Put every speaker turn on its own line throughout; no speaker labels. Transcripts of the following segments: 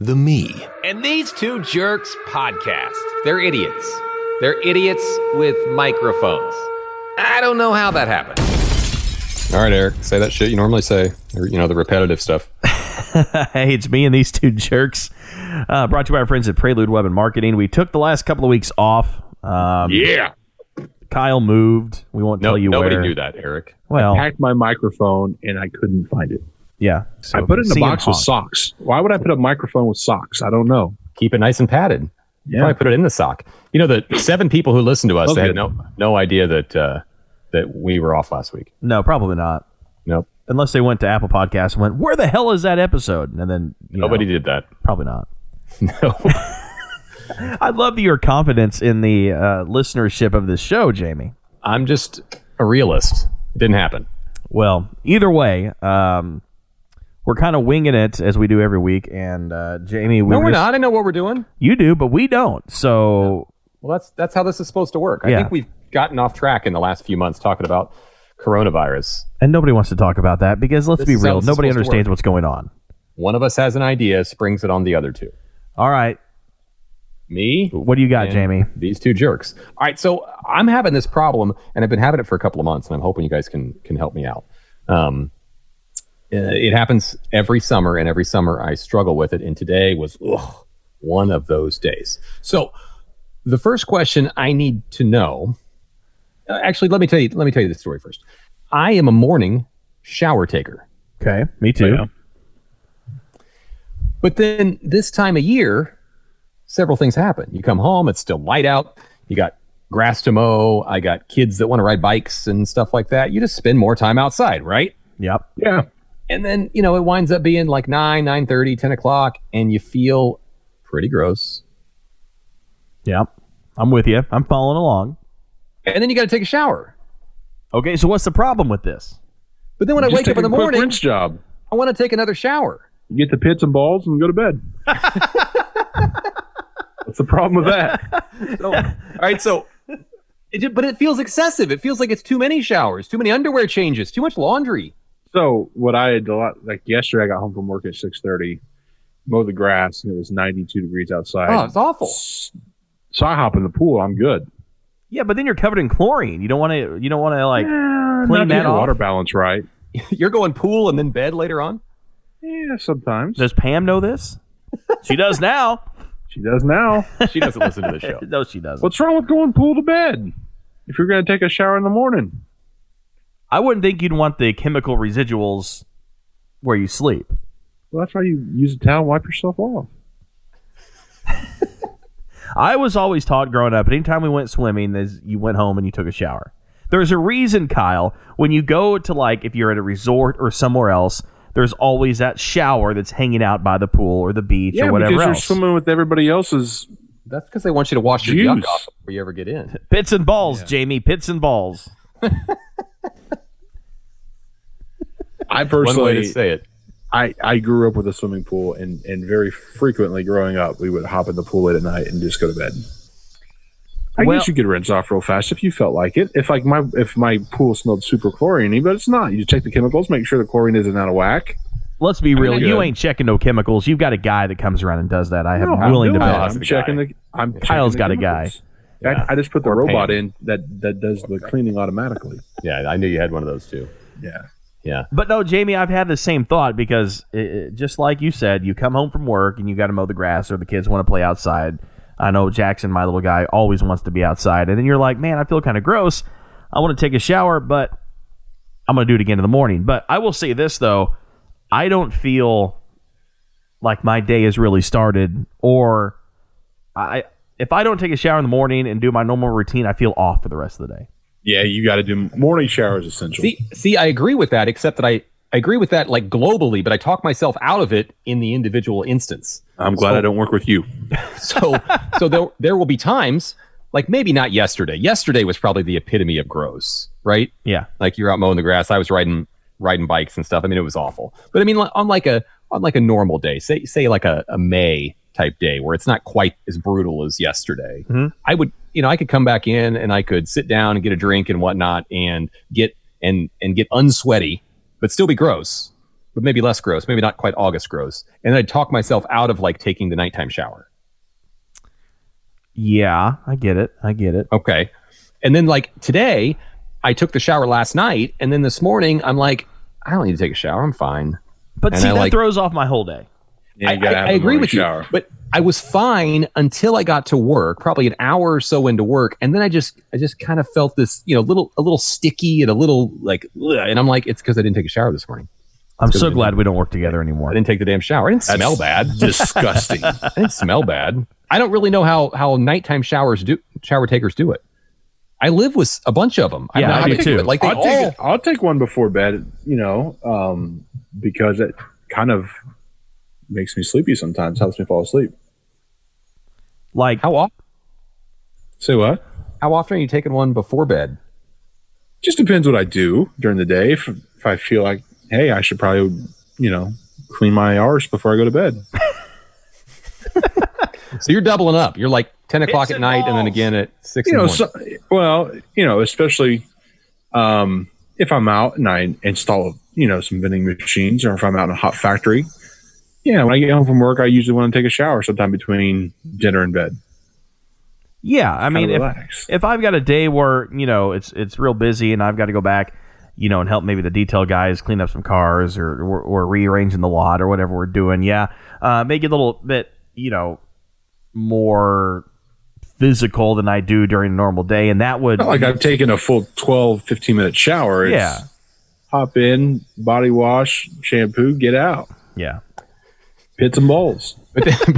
The Me.
And these two jerks podcast. They're idiots. They're idiots with microphones. I don't know how that happened.
All right, Eric, say that shit you normally say, or, you know, the repetitive stuff.
hey, it's me and these two jerks. Uh, brought to you by our friends at Prelude Web and Marketing. We took the last couple of weeks off. Um,
Yeah.
Kyle moved. We won't
No,
tell you
nobody
where.
knew that, Eric.
Well,
packed my microphone and I couldn't find it.
yeah. So
I put it in
see
a
him
box with
honk.
socks. Why would I put a microphone with socks? I don't know.
Keep it nice and padded. Yeah. Probably put it in the sock. You know, the seven people who listened to us, they
Okay.
had no no idea that uh, that we were off last week.
No, probably not.
Nope.
Unless they went to Apple Podcasts and went, "Where the hell is that episode?" And then you
Nobody
know,
did that.
Probably not.
No.
I love your confidence in the uh, listenership of this show, Jamie.
I'm just a realist. It didn't happen.
Well, either way, um, we're kind of winging it as we do every week. And uh, Jamie, we
No, we're
just-
not. I know what we're doing.
You do, but we don't. So
Well, that's that's how this is supposed to work. I
Yeah.
think we've gotten off track in the last few months talking about coronavirus.
and nobody wants to talk about that because let's
This
be
is how
real,
this is
nobody
supposed to
understands
work.
what's going on.
One of us has an idea, springs it on the other two.
All right,
Me,
what do you got,
and
Jamie?
These two jerks. All right, so I'm having this problem, and I've been having it for a couple of months, and I'm hoping you guys can can help me out. Um, uh, it happens every summer, and every summer I struggle with it. And today was ugh, one of those days. So the first question I need to know, uh, actually, let me tell you. Let me tell you the story first. I am a morning shower taker.
Okay, me too.
But then this time of year, several things happen. You come home, it's still light out. You got grass to mow. I got kids that want to ride bikes and stuff like that. You just spend more time outside, right?
Yep.
Yeah.
And then, you know, it winds up being like 9, 9.30, 10 o'clock, and you feel pretty gross.
Yep. I'm with you. I'm following along.
And then you got to take a shower.
Okay, so what's the problem with this?
But then when I
Just
wake
take
up in the
a quick
morning,
rinse job.
I want to take another shower.
Get the pits and balls and go to bed. What's the problem with that?
All right, so, it, ju- but it feels excessive. It feels like it's too many showers, too many underwear changes, too much laundry.
So what I had a lot like yesterday, I got home from work at six thirty, mowed the grass, and it was ninety two degrees outside.
Oh, it's awful.
So I hop in the pool. I'm good.
Yeah, but then you're covered in chlorine. You don't want to. You don't want to like.
Not
clean
get
that
your
off.
water balance right.
You're going pool and then bed later on?
Yeah, sometimes
Does Pam know this? She does now.
she does now.
She doesn't listen to the show.
no, she doesn't.
What's wrong with going pool to bed? If you're going to take a shower in the morning,
I wouldn't think you'd want the chemical residuals where you sleep.
Well, that's why you use a towel and wipe yourself off.
I was always taught growing up, anytime we went swimming, is you went home and you took a shower. There's a reason, Kyle, when you go to like if you're at a resort or somewhere else, there's always that shower that's hanging out by the pool or the beach or whatever else.
with everybody else's.
That's because they want you to wash your
Juice.
yuck off before you ever get in.
Pits and balls, Jamie. Pits and balls.
I
One way to
personally,
say it.
I, I grew up with a swimming pool, and, and very frequently growing up, we would hop in the pool late at night and just go to bed. I
Well-
guess you could rinse off real fast if you felt like it. If like my if my pool smelled super chloriney, but it's not. You check the chemicals, make sure the chlorine isn't out of whack.
Let's be real.
they're
You
good.
ain't checking no chemicals. You've got a guy that comes around and does that. I am
No, I'm
willing to
doing
bet.
it.
Kyle's
I'm
the
checking
guy.
the. I'm
Kyle's got a guy.
guy. I, I just put the robot
Pam.
in that that does the cleaning automatically.
Yeah, I knew you had one of those too.
Yeah.
Yeah.
But no, Jamie, I've had the same thought because it, it- just like you said, you come home from work and you got to mow the grass or the kids want to play outside. I know Jackson, my little guy, always wants to be outside. And then you're like, man, I feel kind of gross. I want to take a shower, but I'm going to do it again in the morning. But I will say this, though I don't feel like my day has really started or I. If I don't take a shower in the morning and do my normal routine, I feel off for the rest of the day.
Yeah, you got to do morning showers essential.
See, see, I agree with that, except that I, I agree with that like globally, but I talk myself out of it in the individual instance.
I'm glad I don't work with you.
So, so there, there will be times like maybe not yesterday. Yesterday was probably the epitome of gross, right?
Yeah.
like you're out mowing the grass. I was riding riding bikes and stuff. I mean, it was awful. But I mean, li- on like a on like a normal day, say say like a, a May type day where it's not quite as brutal as yesterday,
Mhm.
I would you know I could come back in and I could sit down and get a drink and whatnot and get and and get unsweaty, but still be gross. but maybe less gross, maybe not quite August gross. And I'd talk myself out of like taking the nighttime shower.
Yeah, I get it. I get it.
Okay. And then like today, I took the shower last night, and then this morning I'm like, I don't need to take a shower. I'm fine.
But
And
see,
I
that
like-
throws off my whole day.
Yeah,
I,
you gotta
I-
have
I
a
agree
morning
with
shower.
you, but I was fine until I got to work, probably an hour or so into work, and then I just I just kind of felt this, you know, little a little sticky and a little like, ugh, and I'm like, it's because I didn't take a shower this morning.
I'm
good
so
we
glad we don't work together
I
anymore.
didn't take the damn shower. I didn't smell bad.
Disgusting.
I didn't smell bad. I don't really know how how nighttime showers do shower takers do it. I live with a bunch of them.
Yeah,
I'm
I do
big
too.
to it. Like they
I'll take,
all,
it- I'll take one before bed, you know, um, because it kind of makes me sleepy sometimes, helps me fall asleep.
Like,
how often
Say what?
how often are you taking one before bed?
Just depends what I do during the day. If, if I feel like, hey, I should probably, you know, clean my arse before I go to bed.
So you're doubling up. You're like ten o'clock at night, and then again at six.
you
in the
know,
morning.
so, well, you know, especially um, if I'm out and I install, you know, some vending machines, or if I'm out in a hot factory. Yeah, when I get home from work, I usually want to take a shower sometime between dinner and bed.
yeah, I mean,
Kinda
if,
relax.
if I've got a day where you know it's it's real busy and I've got to go back, you know, and help maybe the detail guys clean up some cars or or, or rearranging the lot or whatever we're doing, yeah, uh, make it a little bit you know more physical than I do during a normal day, and that would
Oh,
Not like I've taken a full 12, 15 minute shower. It's
Yeah.
Hop in, body wash, shampoo, get out.
yeah.
Pits and bowls.
But then, but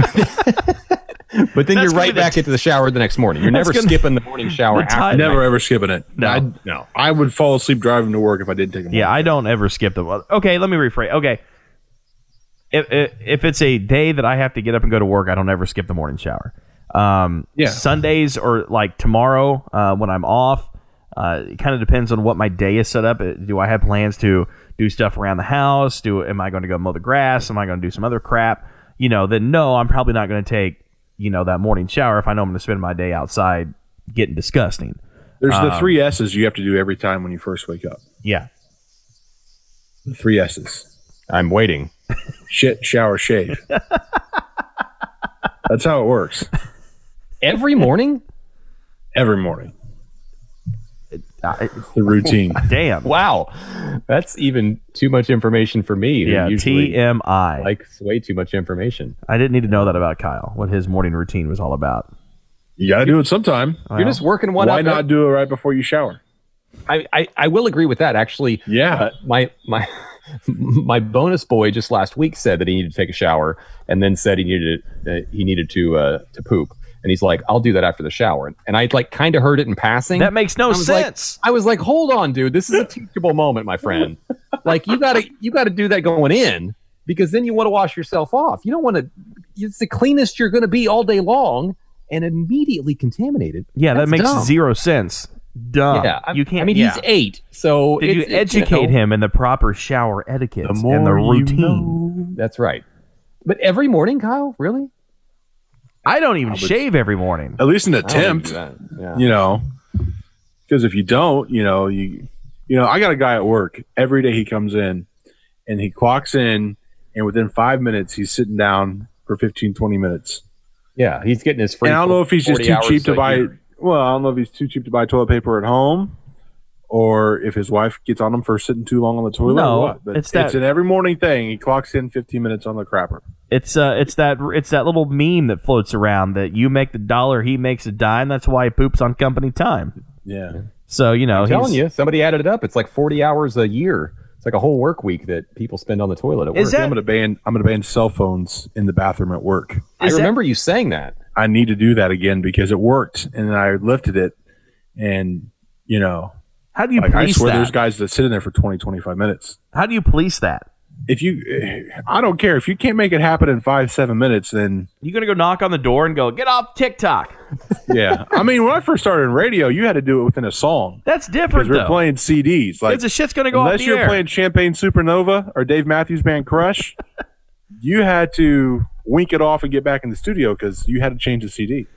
then
That's
you're
gonna
right
be the-
back into the shower the next morning. You're
That's
never
gonna-
skipping the morning shower.
the time-
after
Never ever skipping it.
No.
I'd- no. I would fall asleep driving to work if I didn't take a
Yeah, I don't ever skip the. Okay, let me rephrase. Okay, if, if if it's a day that I have to get up and go to work, I don't ever skip the morning shower. Um,
Yeah.
Sundays or like tomorrow uh, when I'm off. Uh, it kind of depends on what my day is set up. Uh, Do I have plans to do stuff around the house? Do am I going to go mow the grass? Am I going to do some other crap? You know, then no, I'm probably not going to take you know that morning shower if I know I'm going to spend my day outside getting disgusting.
There's
um,
the three S's you have to do every time when you first wake up.
Yeah,
The three S's.
I'm waiting.
shit, shower, shave. That's how it works
Every morning?
every morning.
I-
The routine.
damn.
Wow. That's even too much information for me. who
Yeah,
usually
TMI.
likes way too much information.
I didn't need to know that about Kyle, what his morning routine was all about.
You got to do it sometime.
Well,
You're just working one
Why
up.
not do it right before you shower?
I, I, I will agree with that actually.
Yeah.
Uh, my my my bonus boy just last week said that he needed to take a shower and then said he needed uh, he needed to uh, to poop and he's like I'll do that after the shower and I'd like kind of heard it in passing.
That makes no
I was like-
sense.
I was like, hold on, dude. This is a teachable moment, my friend. Like you gotta you gotta do that going in because then you want to wash yourself off. You don't want to. It's the cleanest you're going to be all day long and immediately contaminated.
yeah, that
That's
makes
dumb.
zero sense. Dumb.
yeah, I-
you can't.
I mean,
yeah.
he's eight, so
Did you
it's- it's,
educate
know,
him in the proper shower etiquette and the routine?
That's right. But every morning, Kyle, really?
I don't even shave every morning.
At least an
I don't
attempt,
do that. Yeah.
you know. Because if you don't, you know, you you know, I got a guy at work. Every day he comes in and he clocks in and within 5 minutes he's sitting down for 15 20 minutes.
yeah, he's getting his free.
And I don't know if he's just
40
too
hours
cheap to
a
buy.
year.
Well, I don't know if he's too cheap to buy toilet paper at home, or if his wife gets on him for sitting too long on the toilet.
No,
or what. but
it's
it's,
that-
an every morning thing. He clocks in 15 minutes on the crapper.
It's uh, it's that it's that little meme that floats around that you make the dollar, he makes a dime. That's why he poops on company time.
Yeah,
So you know,
I'm telling
he's-
you, somebody added it up. It's like 40 hours a year. It's like a whole work week that people spend on the toilet at work.
Is that-
I'm gonna ban. I'm gonna ban cell phones in the bathroom at work.
I
Is that-
remember you saying that.
I need to do that again because it worked, and then I lifted it, and you know,
How do you
like I
police
swear,
that?
there's guys that sit in there for 20, 25 minutes.
How do you police that?
If you, I don't care if you can't make it happen in five, seven minutes, then
You gonna go knock on the door and go get off TikTok?
yeah. I mean, when I first started in radio, you had to do it within a song
That's
because
different
we're
though.
playing CDs. Like
Because the shit's gonna go off
unless
the
you're
air.
playing Champagne Supernova or Dave Matthews Band Crush, you had to wink it off and get back in the studio because you had to change the CD.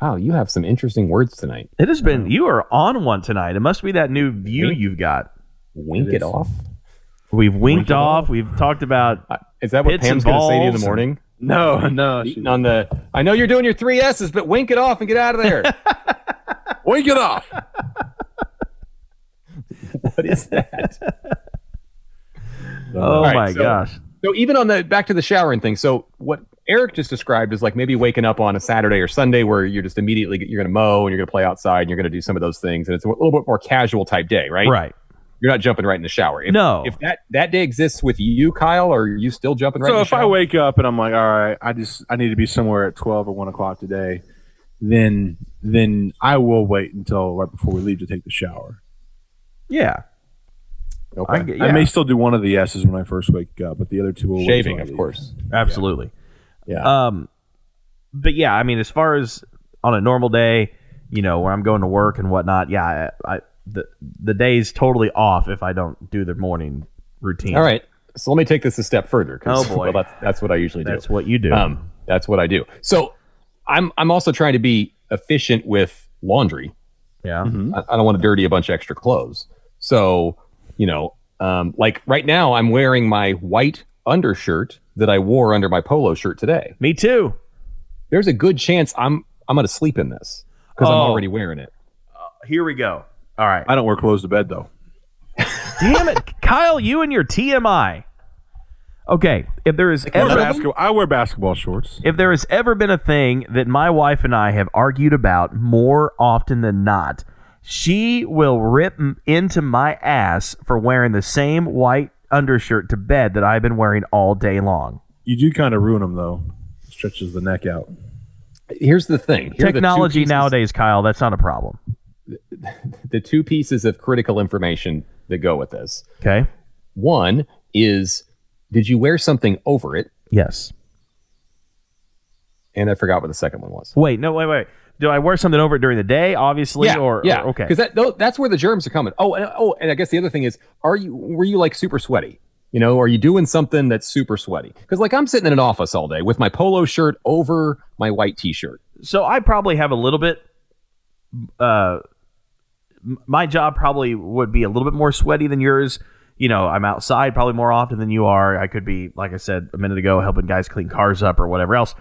Wow, you have some interesting words tonight.
It has been. You are on one tonight. It must be that new view you've got.
Wink it,
is.
off.
We've winked
Winked
off. We've talked about
Uh, Is that what
Pits and
Pam's going to say to you in
balls
the
and-
morning?
No, no.
Eating on the. I know you're doing your three S's, but wink it off and get out of there.
Wake it off.
what is that?
oh
All right,
my
so-
gosh,
So even on the back to the showering thing. So what Eric just described is like maybe waking up on a Saturday or Sunday where you're just immediately you're going to mow and you're going to play outside and you're going to do some of those things and it's a little bit more casual type day, right?
right?
You're not jumping right in the shower. If,
No.
If that that day exists with you, Kyle, are you still jumping right? in
so
the
if I
shower?
wake up and I'm like, all right, I just I need to be somewhere at twelve or one o'clock today, then then I will wait until right before we leave to take the shower.
Yeah, I
okay.
get- yeah
I may still do one of the S's when I first wake up, but the other two will wait
shaving,
till I
of
leave.
course.
absolutely.
Yeah.
Um, but yeah, I mean, as far as on a normal day, you know, where I'm going to work and whatnot, yeah, I, I the the day's totally off if I don't do the morning routine.
All right. So let me take this a step further. 'cause,
Oh, boy.
Well, that's, that's what I usually do.
that's what you do.
Um, that's what I do. So I'm I'm also trying to be efficient with laundry.
yeah,
Mm-hmm.
I, I don't want to dirty a bunch of extra clothes. So you know, um, like right now, I'm wearing my white undershirt that I wore under my polo shirt today.
me too.
There's a good chance I'm I'm going to sleep in this because I'm
Oh.
already wearing it.
Here we go. All right.
I don't wear clothes to bed though.
Damn it, Kyle, you and your TMI. Okay, if there is
I wear,
ever
basketball, I wear basketball shorts.
if there has ever been a thing that my wife and I have argued about more often than not, she will rip m- into my ass for wearing the same white undershirt to bed that I've been wearing all day long.
You do kind of ruin them though. Stretches the neck out.
Here's the thing. Here are the two
Technology
pieces-
nowadays, Kyle, that's not a problem.
The two pieces of critical information that go with this.
Okay?
One is, did you wear something over it?
Yes.
And I forgot what the second one was.
Wait, no, wait, wait. Do I wear something over it during the day, obviously, or,
yeah,
or- okay.
because that tho- that's where the germs are coming. Oh, and, oh, and I guess the other thing is, are you were you like super sweaty? You know, are you doing something that's super sweaty? Because like I'm sitting in an office all day with my polo shirt over my white t-shirt.
so I probably have a little bit. Uh, m- my job probably would be a little bit more sweaty than yours. You know, I'm outside probably more often than you are. I could be, like I said a minute ago, helping guys clean cars up or whatever else.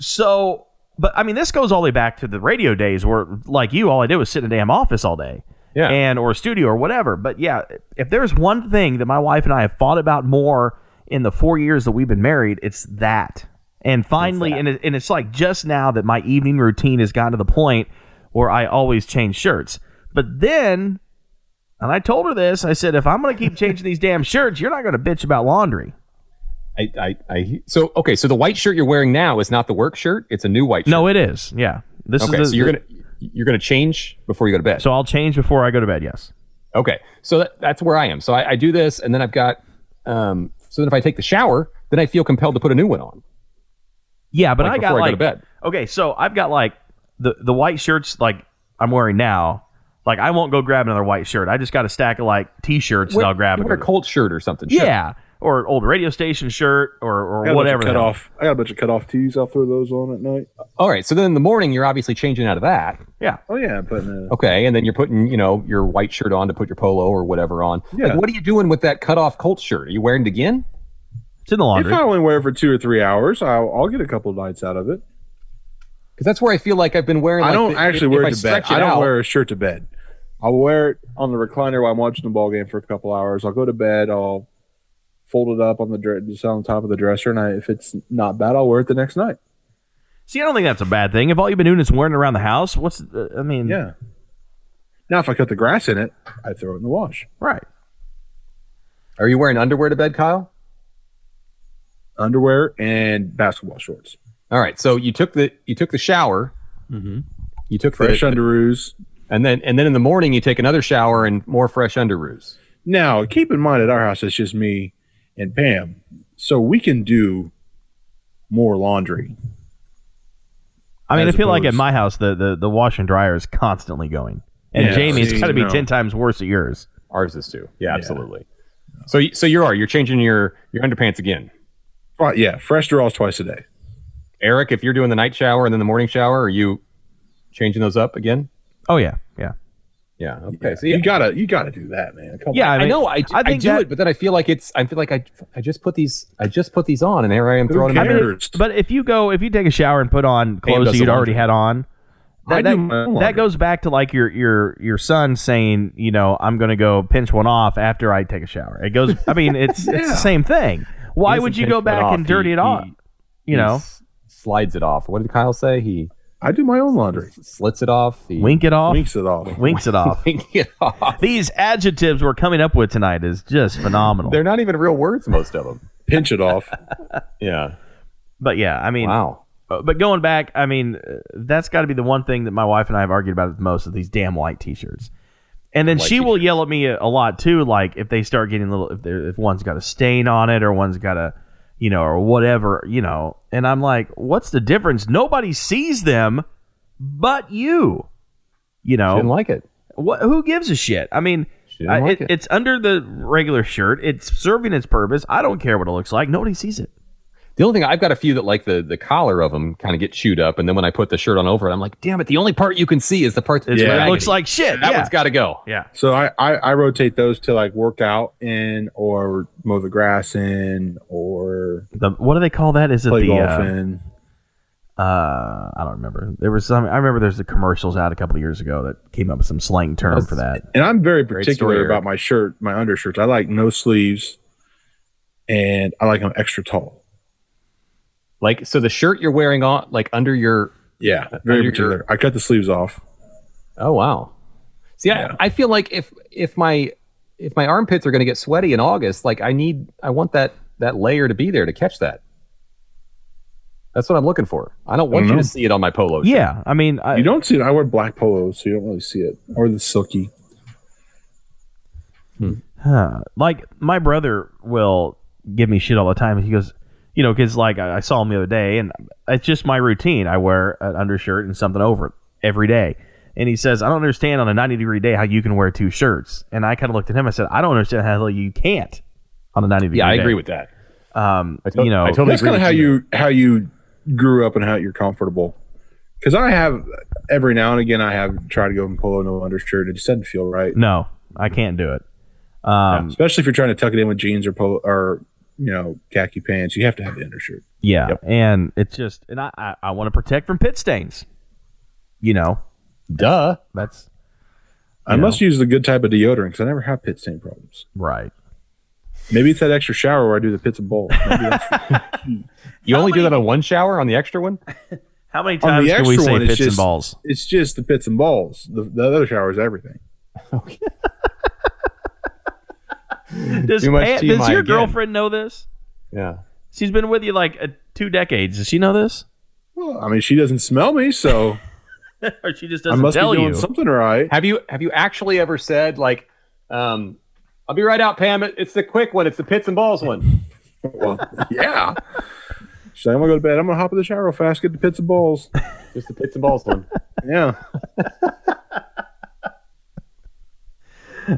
So, but I mean, this goes all the way back to the radio days where, like you, all I did was sit in a damn office all day.
Yeah.
And or studio or whatever. But yeah, if there's one thing that my wife and I have fought about more in the four years that we've been married, it's that. And finally, and it, and it's like just now that my evening routine has gotten to the point where I always change shirts. But then, and I told her this. I said, if I'm going to keep changing these damn shirts, you're not going to bitch about laundry.
I, I, I, so okay, so the white shirt you're wearing now is not the work shirt; it's a new white shirt.
No, it is. Yeah, this
okay,
is.
so you're gonna you're gonna change before you go to bed.
So I'll change before I go to bed. Yes.
Okay, so that, that's where I am. So I, I do this, and then I've got. Um, so then if I take the shower, then I feel compelled to put a new one on.
Yeah, but
Like,
I got
before
like
I go to bed.
okay, so I've got like the the white shirts like I'm wearing now. Like I won't go grab another white shirt. I just got a stack of like t-shirts and I'll grab
You
and
wear a
go to-
cold shirt or something. sure.
Yeah, or an old radio station shirt or
I got
or
a bunch
whatever.
of
the
Cut
hell.
off. I got a bunch of cut off tees. I'll throw those on at night.
All right. So then in the morning, you're obviously changing out of that.
Yeah.
Oh yeah, I'm putting. A,
Okay. And then you're putting, you know, your white shirt on to put your polo or whatever on.
Yeah.
Like, what are you doing with that cut off Colt shirt? Are you wearing it again?
It's in the
if
laundry.
I only wear it for two or three hours, I'll, I'll get a couple of nights out of it.
Because that's where I feel like I've been wearing.
I
like,
don't
the-
actually
if
wear it
I
to bed.
stretch
I don't
out-
wear a shirt to bed. I'll wear it on the recliner while I'm watching the ball game for a couple hours. I'll go to bed. I'll fold it up on the dre- just on top of the dresser, and I, if it's not bad, I'll wear it the next night.
See, I don't think that's a bad thing. If all you've been doing is wearing it around the house, what's uh, I mean?
Yeah. Now, if I cut the grass in it, I throw it in the wash.
Right.
Are you wearing underwear to bed, Kyle?
Underwear and basketball shorts,
All right. So you took the you took the shower. Mm-hmm. You took
fresh
the,
underoos.
and then and then in the morning you take another shower and more fresh underoos.
Now, keep in mind at our house, it's just me and Pam, so we can do more laundry.
I mean, I
As
feel like at
opposed-
my house the the, the wash and dryer is constantly going, and
Yeah,
Jamie, it's
see,
got to be
no.
ten times worse at yours.
Ours is too. Yeah, absolutely. So you- so you are you're changing your your underpants again.
Right? Yeah, fresh draws twice a day.
Eric, if you're doing the night shower and then the morning shower, are you changing those up again?
Oh yeah, yeah.
Yeah. Okay.
Yeah,
so yeah,
You gotta you gotta do that, man. Come
Yeah,
on.
I,
I mean,
know. I,
I
I,
think
do
that-
it, but then I feel like it's. I feel like I. I just put these. I just put these on, and here I am
Who
throwing them.
I mean,
in.
cares?
but if you go, if you take a shower and put on clothes that
does
you'd
the
already had on,
I
that, that,
do my own laundry.
that goes back to like your your your son saying, you know, I'm going to go pinch one off after I take a shower. It goes. I mean, it's it's the same thing. Why
doesn't
would you
pinch
go
one
back
off.
and dirty
He-
it off?
he- He
You know,
s- slides it off. What did Kyle say? He
I do my own laundry.
slits it off. He
wink it off,
Winks it off.
winks it off.
wink it off.
These adjectives we're coming up with tonight is just phenomenal.
They're not even real words, most of them.
Pinch it off.
Yeah.
but yeah, I mean,
Wow.
Uh, but going back, I mean, uh, that's got to be the one thing that my wife and I have argued about the most is these damn white T-shirts. And then
White
she will yell at me a, a lot too, like if they start getting little, if, they're- if one's got a stain on it or one's got a, you know, or whatever, you know. And I'm like, what's the difference? Nobody sees them, but you, you know.
Didn't like it.
What? Who gives a shit? I mean,
She didn't
I-
like
it-
it.
it's under the regular shirt. It's serving its purpose. I don't care what it looks like. Nobody sees it.
The only thing I've got a few that like the the collar of them kind of get chewed up, and then when I put the shirt on over it, I'm like, damn it! The only part you can see is the part that's
It's what
Yeah.
it looks like shit.
That
yeah.
one's got to go.
yeah.
So I, I, I rotate those to like work out in or mow the grass in or
The, what do they call that? Is it
play
the
golf
uh,
in.
uh, I don't remember. There was some. I remember there's the commercials out a couple of years ago that came up with some slang term for that.
And I'm very
Great
particular
story, Eric.
about my shirt, my undershirts. I like no sleeves and I like them extra tall.
Like so, the shirt you're wearing on, like under your.
Yeah, very
Under your-
particular. I cut the sleeves off.
Oh wow. See,
Yeah.
I, I feel like if if my if my armpits are going to get sweaty in August, like I need, I want that that layer to be there to catch that. That's what I'm looking for. I don't want
I
you
don't know.
to see it on my polo. shirt.
Yeah, I mean, I,
You don't see it. I wear black polos, so you don't really see it. Or the silky.
Huh. Like my brother will give me shit all the time. He goes, you know, because like I, I saw him the other day, and it's just my routine. I wear an undershirt and something over it every day. And he says, I don't understand on a 90 degree day how you can wear two shirts. And I kind of looked at him. I said, I don't understand how the hell you can't on a 90 degree
yeah, I
day.
agree with that.
Um,
I tot-
you know,
I totally
That's
agree. with
kind of how you how you grew up and how you're comfortable. Because I have every now and again I have tried to go in polo no undershirt. It just doesn't feel right,
no, I can't do it. Um,
especially if you're trying to tuck it in with jeans or polo or you know khaki pants. You have to have the undershirt.
Yeah, and it's just, and I, I, I want to protect from pit stains. You know,
Duh.
that's
I must use the good type of deodorant because I never have pit stain problems.
right.
Maybe it's that extra shower where I do the pits and bowls. Maybe that's-
You
How
only do
many-
that on one shower on the extra one?
How many
On
times
the
can we
extra
say
one,
pits
it's
and
just-
balls?
it's just the pits and balls. The, the other shower is everything.
Does,
Too much
Pat-
TMI
does your
again.
girlfriend know this?
Yeah.
She's been with you like uh, two decades. Does she know this,
Well, I mean, she doesn't smell me, so
or she just
I
doesn't
must be
tell
doing
you?
something right.
Have you have you actually ever said like, um, I'll be right out, Pam. It- It's the quick one. It's the pits and balls one.
Well, yeah. She's like, I'm gonna go to bed. I'm gonna hop in the shower real fast, get the pits and balls.
Just the pits and balls one.
Yeah.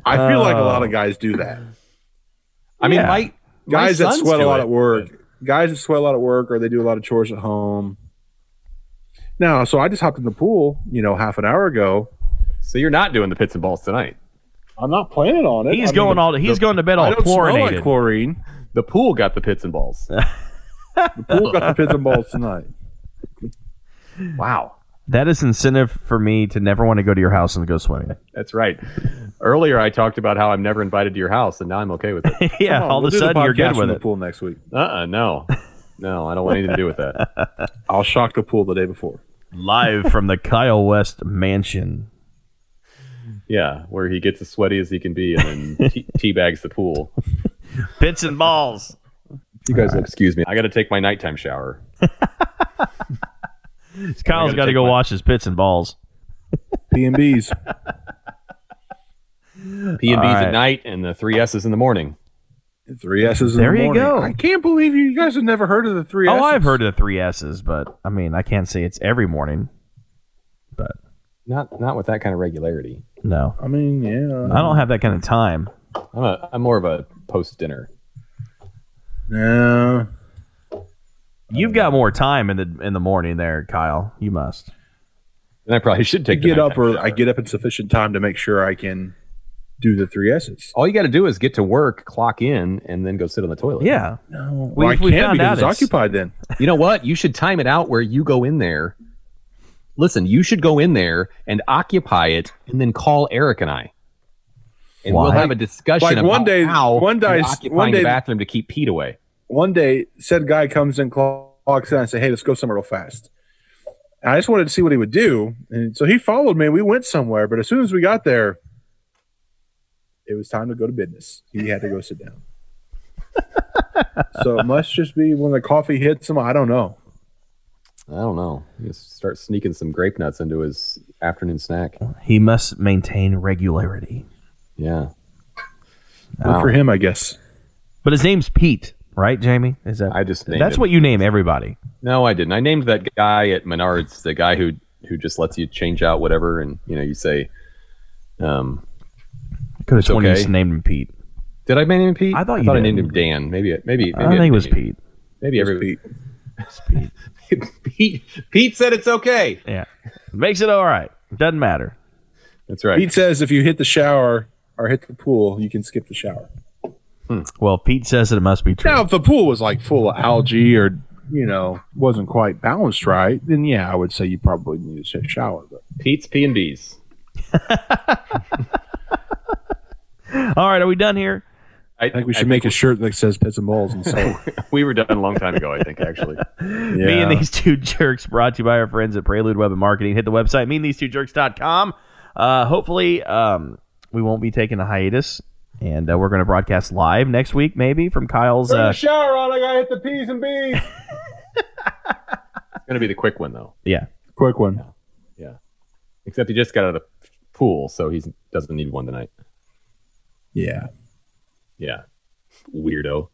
I feel like a lot of guys do that.
I mean,
Yeah.
my Oh. my
Guys that
sons
sweat a
do
lot
it.
at work. Guys that sweat a lot at work, or they do a lot of chores at home. Now, so I just hopped in the pool, you know, half an hour ago.
So you're not doing the pits and balls tonight.
I'm not planning on it.
He's going all. He's going to bed
I
all
don't smell like
chlorinated.
chlorine.
The pool got the pits and balls.
The pool got the pits and balls tonight.
wow.
that is incentive for me to never want to go to your house and go swimming.
That's right. Earlier, I talked about how I'm never invited to your house, and now I'm okay with it.
yeah,
Come on,
all
we'll
of
do
a
the
sudden you're good
podcast from
with
the
it.
pool next week.
Uh, uh no, no, I don't want anything to do with that.
I'll shock the pool the day before.
Live from the Kyle West mansion.
Yeah, where he gets as sweaty as he can be and then te- teabags the pool.
Pits and balls.
You guys, will excuse me. I got to take my nighttime shower. gotta
Kyle's got to
take
go
my-
wash his pits and balls.
P and B's.
P and B's
All right.
at night and the three S's in the morning.
Three S's in
There
the
you
morning.
go.
I can't believe you, you guys have never heard of the three S's.
Oh, I've heard of the three S's, but I mean, I can't say it's every morning.
Not not with that kind of regularity.
No,
I mean, yeah.
I don't have that kind of time.
I'm a I'm more of a post dinner.
No.
You've got more time in the in the morning, there, Kyle. You must.
And I probably should
I
take the
get up
nighttime
or
shower.
I get up in sufficient time to make sure I can do the three S's.
All you got to do is get to work, clock in, and then go sit on the toilet.
Yeah.
No,
We-
well, I
we
can't
found out
because it's
it's-
occupied. Then
You know what? You should time it out where you go in there. Listen, you should go in there and occupy it, and then call Eric and I, and we'll
Why?
have a discussion
Like,
about
one day-
how
one day-
you're occupying
one day-
the bathroom to keep Pete away.
one day, said guy comes in, clocks in, and I say, "Hey, let's go somewhere real fast." And I just wanted to see what he would do, and so he followed me. We went somewhere, but as soon as we got there, it was time to go to business. He had to go sit down. so it must just be when the coffee hits him. I don't know.
I don't know. You just start sneaking some grape nuts into his afternoon snack.
He must maintain regularity.
Yeah.
Good for him, I guess.
But his name's Pete, right, Jamie? Is that
I just named
That's
him.
what you name everybody.
No, I didn't. I named that guy at Menards, the guy who who just lets you change out whatever, and you know, you say, um,
Could have sworn you
okay.
just named him Pete.
"Did I name him Pete?"
I thought you
I
did.
named him Dan. Maybe, maybe, maybe
I think it was
maybe-
Pete.
Maybe
It's
everybody.
Pete.
It's Pete.
Pete, Pete said it's okay.
Yeah. Makes it all right. Doesn't matter.
That's right.
Pete says if you hit the shower or hit the pool, you can skip the shower.
Well, Pete says that it must be true.
Now, if the pool was like full of algae or you know wasn't quite balanced right, then yeah, I would say you probably need to take a shower. But
Pete's P and B's.
All right, are we done here?
I think we should make a shirt that says pits and balls and so
We were done a long time ago, I think. Actually,
Me and these two jerks brought to you by our friends at Prelude Web and Marketing. Hit the website, meandthese2jerks.com. Uh, hopefully, um, we won't be taking a hiatus, and uh, we're going to broadcast live next week, maybe, from Kyle's. Uh,
shower on. I gotta hit the p's and b's.
it's gonna be the quick one though.
yeah.
Quick one.
Except he just got out of the pool, so he doesn't need one tonight.
Yeah.
Yeah, weirdo.